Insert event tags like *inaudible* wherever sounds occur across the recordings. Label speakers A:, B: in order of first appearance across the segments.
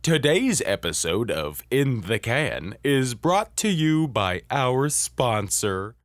A: Today's episode of In the Can is brought to you by our sponsor.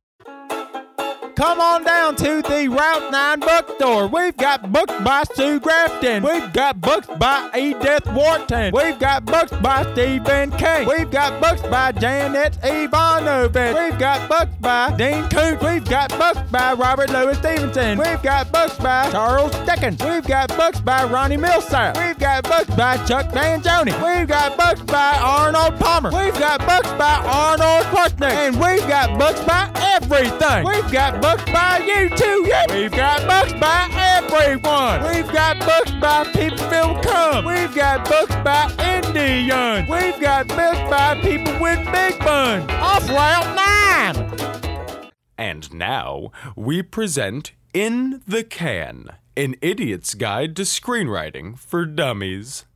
B: Come on down to the Route 9 bookstore. We've got books by Sue Grafton. We've got books by Edith Wharton. We've got books by Stephen King. We've got books by Janet Ivanovich. We've got books by Dean Koontz. We've got books by Robert Louis Stevenson. We've got books by Charles Dickens. We've got books by Ronnie Millsap. We've got books by Chuck Mangione. We've got books by Arnold Palmer. We've got books by Arnold Schwarzenegger. And we've got books by everything. We've got books by you too. Yeah. We've got books by everyone. We've got books by people who come. We've got books by Indians. We've got books by people with big buns. Off Route 9.
A: And now we present In the Can, an idiot's guide to screenwriting for dummies.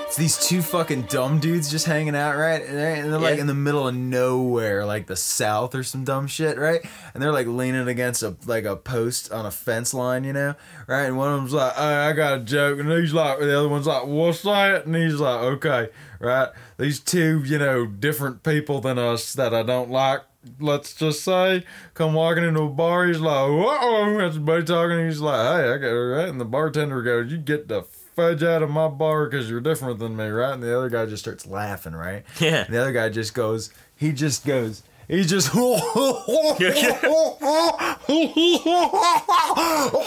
C: It's these two fucking dumb dudes just hanging out, right? And they're, and they're, like
D: Yeah.
C: in the middle of nowhere, like the South or some dumb shit, right? And they're like leaning against a like a post on a fence line, you know, right? And one of them's like, "Hey, I got a joke," and he's like, the other one's like, "What's that?" And he's like, "Okay, right." These two, you know, different people than us that I don't like. Let's just say, come walking into a bar. He's like, "Whoa!" That's buddy talking. He's like, "Hey, I got right." And the bartender goes, "You get the fudge out of my bar because you're different than me, right? And the other guy just starts laughing, right?
D: Yeah.
C: And the other guy just goes, he just goes, he just, *laughs*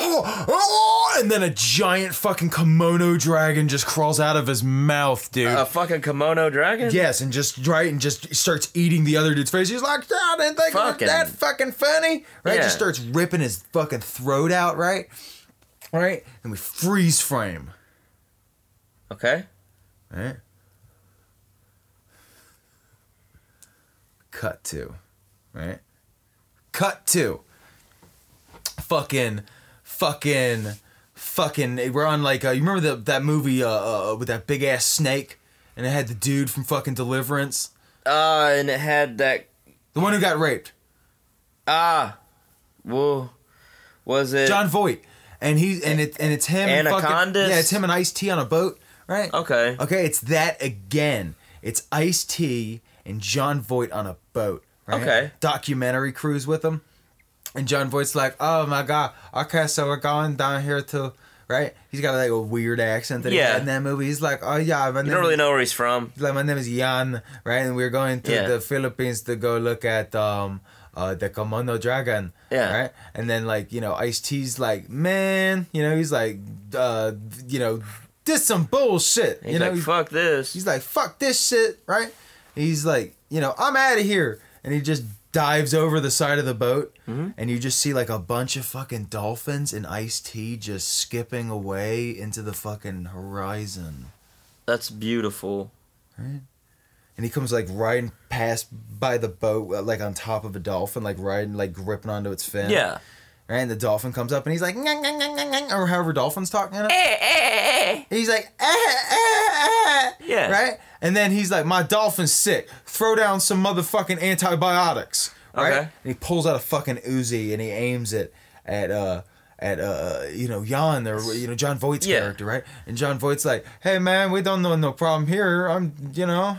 C: and then a giant fucking kimono dragon just crawls out of his mouth, dude.
D: A fucking kimono dragon?
C: Yes, and just right and just starts eating the other dude's face. He's like, I didn't think
D: Fucking-
C: it was that fucking funny. Right?
D: Yeah.
C: Just starts ripping his fucking throat out, right? Right? And we freeze frame.
D: Okay.
C: Right? Cut to. Right? Cut to. Fucking, fucking, fucking. We're on like, uh, you remember the, that movie uh, uh, with that big ass snake? And it had the dude from fucking Deliverance?
D: Uh, and it had that.
C: The one who got raped,
D: Ah. Well, was it.
C: John Voight, and he and it and it's him. And
D: Anacondas?
C: fucking, yeah, it's him and Ice T on a boat, right?
D: Okay.
C: Okay, it's that again. It's Ice T and John Voight on a boat. Right?
D: Okay.
C: Documentary cruise with them, and John Voight's like, "Oh my god, okay, so we're going down here to." Right, he's got like a weird accent that he
D: Yeah.
C: had in that movie. He's like, "Oh yeah, my
D: You
C: name
D: don't really
C: is-
D: know where he's from.
C: like my name is Jan, right? And we're going to
D: Yeah.
C: the Philippines to go look at um uh the Komodo dragon.
D: Yeah.
C: Right? And then like, you know, Ice T's like, man, you know, he's like uh you know, this some bullshit.
D: He's
C: you know,
D: like, fuck this.
C: He's like, fuck this shit, right? He's like, you know, I'm out of here. And he just dives over the side of the boat.
D: Mm-hmm.
C: And you just see like a bunch of fucking dolphins and Ice T just skipping away into the fucking horizon.
D: That's beautiful.
C: and he comes like riding past by the boat uh, like on top of a dolphin like riding like gripping onto its fin
D: Yeah.
C: right and the dolphin comes up and he's like "Nyang, nyang, nyang, nyang, nyang," or however dolphins talk you know?
D: Eh,
C: he's like "Eh, eh, eh."
D: Yeah.
C: right and then he's like my dolphin's sick throw down some motherfucking antibiotics right
D: Okay.
C: and he pulls out a fucking Uzi and he aims it at uh at uh you know Jan or you know John Voight's
D: Yeah.
C: character right and John Voight's like hey man we don't know no problem here I'm you know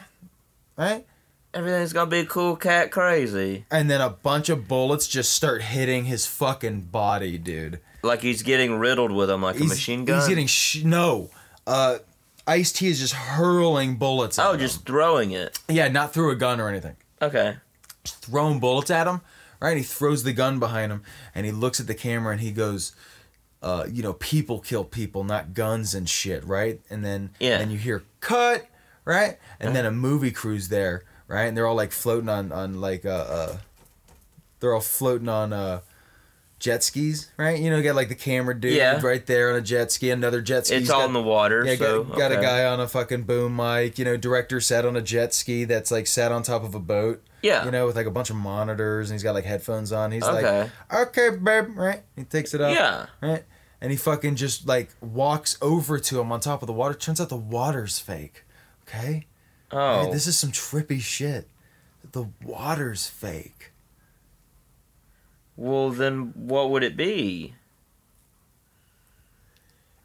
C: right
D: Everything's gonna be cool cat crazy.
C: and then a bunch of bullets just start hitting his fucking body, dude.
D: Like he's getting riddled with them like a
C: He's-
D: machine gun.
C: He's getting sh- no. Uh, Ice T is just hurling bullets. at
D: Oh,
C: him.
D: just throwing it.
C: yeah, not through a gun or anything.
D: Okay.
C: Just throwing bullets at him. Right, and he throws the gun behind him, and he looks at the camera, and he goes, uh, "You know, people kill people, not guns and shit, right?" And then
D: Yeah. Uh-huh.
C: and you hear cut, right? And then a movie crew's there, right? And they're all like floating on on like uh, uh they're all floating on uh jet skis, right? You know, you got like the camera dude
D: Yeah.
C: right there on a jet ski, another jet ski.
D: It's all in the water,
C: Yeah,
D: so,
C: got, got a
D: okay.
C: guy on a fucking boom mic. You know, director sat on a jet ski that's like sat on top of a boat.
D: Yeah.
C: You know, with like a bunch of monitors and he's got like headphones on. He's
D: Okay.
C: like, okay, babe, right? He takes it off.
D: Yeah.
C: Right? And he fucking just like walks over to him on top of the water. Turns out the water's fake. Okay?
D: Oh.
C: Hey, this is some trippy shit. The water's fake.
D: well, then what would it be?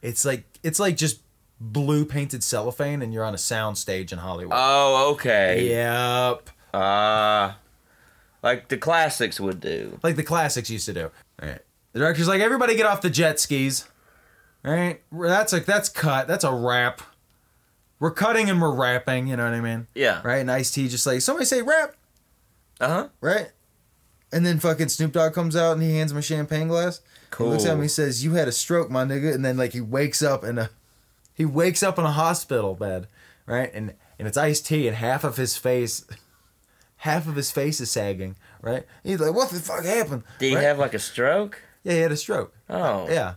C: It's like it's like just blue painted cellophane, and you're on a sound stage in Hollywood.
D: Oh, okay.
C: yep,
D: Ah. like the classics would do.
C: like the classics used to do. All right, the director's like, everybody get off the jet skis. All right, that's a that's cut. That's a wrap. We're cutting and we're wrapping. You know what I mean?
D: Yeah.
C: Right, and Ice T just like somebody say rap,
D: Uh huh.
C: right? And then fucking Snoop Dogg comes out and he hands him a champagne glass. He looks at me,
D: Cool.
C: he says, "You had a stroke, my nigga." And then like he wakes up in a, he wakes up in a hospital bed, right? And and it's iced tea, and half of his face, *laughs* half of his face is sagging, right? He's like, "What the fuck happened?"
D: Did he
C: right?
D: have like a stroke?
C: Yeah, he had a stroke.
D: Oh.
C: Yeah,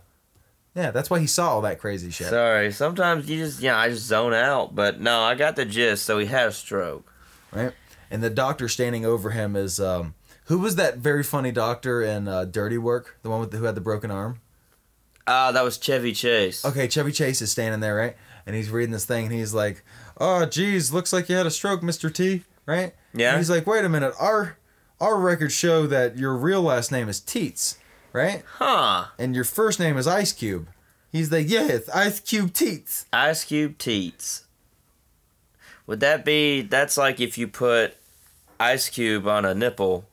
C: yeah. That's why he saw all that crazy shit.
D: Sorry. Sometimes you just yeah, I just zone out. But no, I got the gist. So he had a stroke.
C: right? And the doctor standing over him is um, who was that very funny doctor in uh, Dirty Work, the one with the, who had the broken arm?
D: Ah, that was Chevy Chase.
C: Okay, Chevy Chase is standing there, right? And he's reading this thing, and he's like, "Oh, geez, looks like you had a stroke, Mister T." Right?
D: Yeah.
C: And he's like, "Wait a minute, our our records show that your real last name is Teets, right?
D: Huh.
C: And your first name is Ice Cube." He's like, "Yeah, it's Ice Cube Teets."
D: Ice Cube Teats. Would that be that's like if you put Ice Cube on a nipple?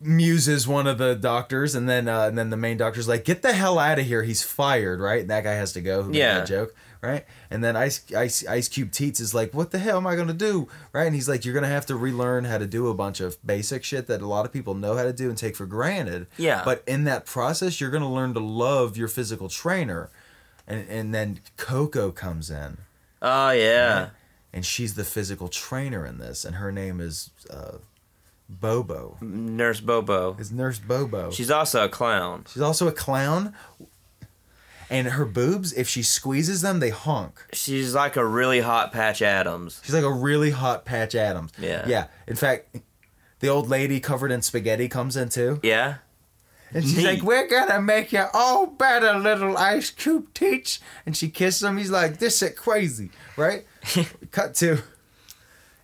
C: muses one of the doctors, and then uh, and then the main doctor's like, "Get the hell out of here! He's fired!" Right? And that guy has to go. Who made
D: Yeah.
C: that joke? Right? And then Ice Ice Ice Cube Teets is like, "What the hell am I gonna do?" Right? And he's like, "You're gonna have to relearn how to do a bunch of basic shit that a lot of people know how to do and take for granted."
D: Yeah.
C: But in that process, you're gonna learn to love your physical trainer, and and then Coco comes in,
D: Oh yeah.
C: and she's the physical trainer in this, and her name is uh, Bobo.
D: Nurse Bobo.
C: Is Nurse Bobo?
D: She's also a clown.
C: She's also a clown. And her boobs, if she squeezes them, they honk.
D: She's like a really hot Patch Adams.
C: She's like a really hot Patch Adams.
D: Yeah.
C: Yeah. In fact, the old lady covered in spaghetti comes in too.
D: Yeah.
C: And she's like,
D: Neat.
C: We're gonna make you all better, little ice cube teach. And she kisses him. He's like, This shit crazy,
D: *laughs*
C: right? Cut to.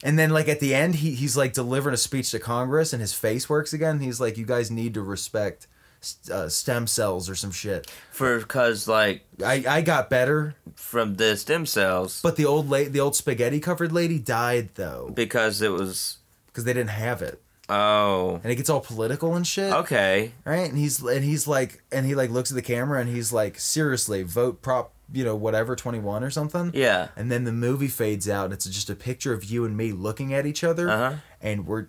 C: And then like at the end, he, he's like delivering a speech to Congress and his face works again. He's like, You guys need to respect st- uh, stem cells or some shit.
D: For cause like
C: I, I got better.
D: from the stem cells
C: But the old la- the old spaghetti covered lady died though
D: because it was
C: because they didn't have it,
D: oh
C: and it gets all political and shit.
D: okay
C: Right? And he's and he's like and he like looks at the camera and he's like, seriously, vote prop, you know, whatever twenty one or something.
D: yeah
C: And then the movie fades out, and it's just a picture of you and me looking at each other,
D: Uh-huh.
C: and we're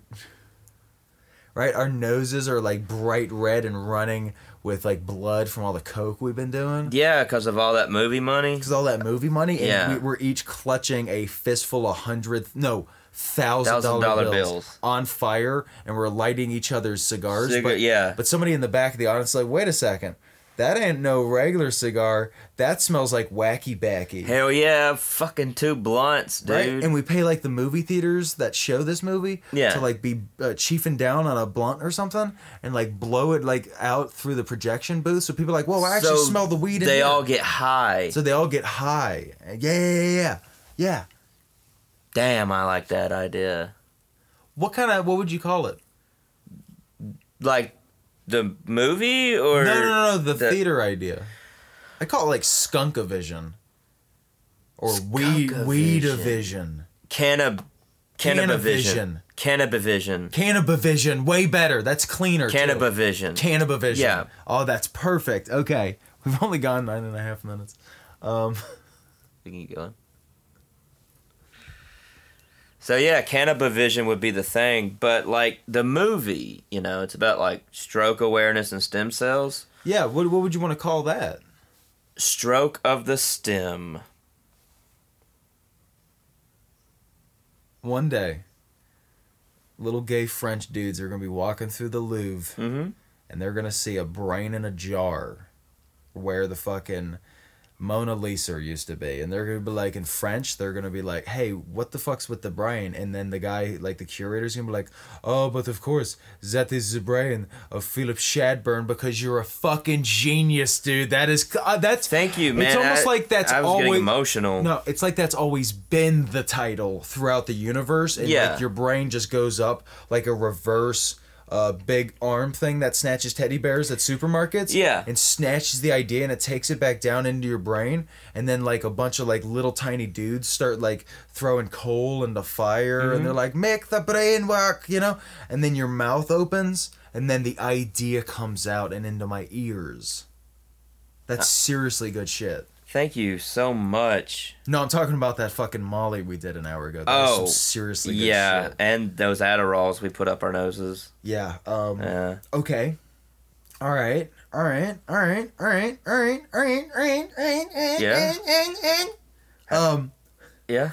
C: right. Our noses are like bright red and running with like blood from all the coke we've been doing.
D: yeah because of all that movie money
C: because all that movie money, and
D: Yeah.
C: we were each clutching a fistful of hundred, no, thousand
D: Thousand dollar
C: dollar bills,
D: bills.
C: on fire, and we're lighting each other's cigars.
D: Cigar-
C: but,
D: yeah.
C: But somebody in the back of the audience is like, wait a second, that ain't no regular cigar. That smells like wacky backy.
D: hell yeah fucking two blunts dude
C: Right, and we pay like the movie theaters that show this movie
D: Yeah.
C: to like be uh, chiefing down on a blunt or something, and like blow it like out through the projection booth, so people are like, "Whoa, I actually
D: So
C: smell the weed." in
D: they
C: there."
D: all get high
C: So they all get high. Yeah, yeah, yeah, yeah. Yeah.
D: damn I like that idea
C: What kind of what would you call it?
D: like the movie or
C: no, no, no, no, the,
D: the-
C: theater idea. I call it like skunkavision. Or weed weedavision.
D: Cannab Cannabivision Cannabivision
C: Cannabivision, way better. That's cleaner. too.
D: Cannabivision
C: Cannabivision.
D: Yeah.
C: Oh, that's perfect. Okay. *laughs* We've only gone nine and a half minutes. Um,
D: We can keep going. So yeah, cannabivision would be the thing, but like the movie, you know, it's about like stroke awareness and stem cells.
C: Yeah, what, what would you want to call that?
D: Stroke of the stem.
C: One day, little gay French dudes are going to be walking through the Louvre.
D: Mm-hmm.
C: and they're gonna see a brain in a jar where the fucking Mona Lisa used to be. And they're gonna be like in French, they're gonna be like, Hey, what the fuck's with the brain? And then the guy, like the curator's gonna be like, Oh, but of course, that is the brain of Philip Shadburn because you're a fucking genius, dude. That is uh, that's
D: Thank you, man.
C: It's almost
D: I-
C: like that's
D: I was
C: always
D: getting emotional.
C: No, it's like that's always been the title throughout the universe. And
D: Yeah.
C: like your brain just goes up like a reverse uh, big arm thing that snatches teddy bears at supermarkets.
D: Yeah.
C: And snatches the idea and it takes it back down into your brain. And then like a bunch of like little tiny dudes start like throwing coal in the fire
D: Mm-hmm.
C: and they're like, make the brain work, you know? And then your mouth opens and then the idea comes out and into my ears. That's
D: Uh,
C: seriously good shit.
D: Thank you so much.
C: No, I'm talking about that fucking Molly we did an hour ago. That was
D: Oh,
C: some seriously good
D: yeah,
C: shit.
D: and those Adderalls we put up our noses. Uh,
C: Yeah. Um,
D: Yeah.
C: Okay. All right. All right. All right. All right. All right. All right. All right. All right. All right.
D: Yeah.
C: All right. Um.
D: Yeah.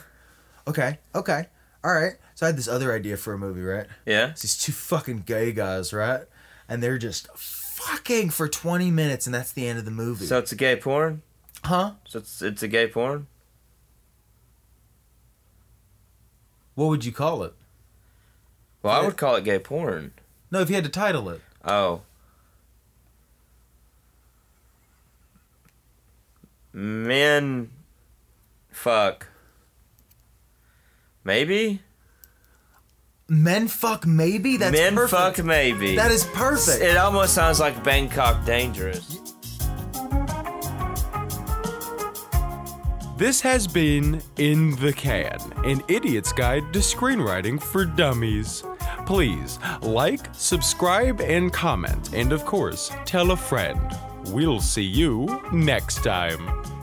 C: Okay. Okay. All right. So I had this other idea for a movie, right?
D: Yeah.
C: It's these two fucking gay guys, right? And they're just fucking for 20 minutes, and that's the end of the movie.
D: So it's a gay porn.
C: huh?
D: So it's it's a gay porn.
C: What would you call it?
D: Well, I would call it gay porn.
C: No, if you had to title it.
D: Oh. Men fuck. Maybe?
C: Men fuck maybe. That's
D: Men
C: perfect.
D: fuck maybe.
C: That is perfect.
D: It almost sounds like Bangkok Dangerous.
A: This has been In the Can, an idiot's guide to screenwriting for dummies. Please like, subscribe, and comment. And of course, tell a friend. We'll see you next time.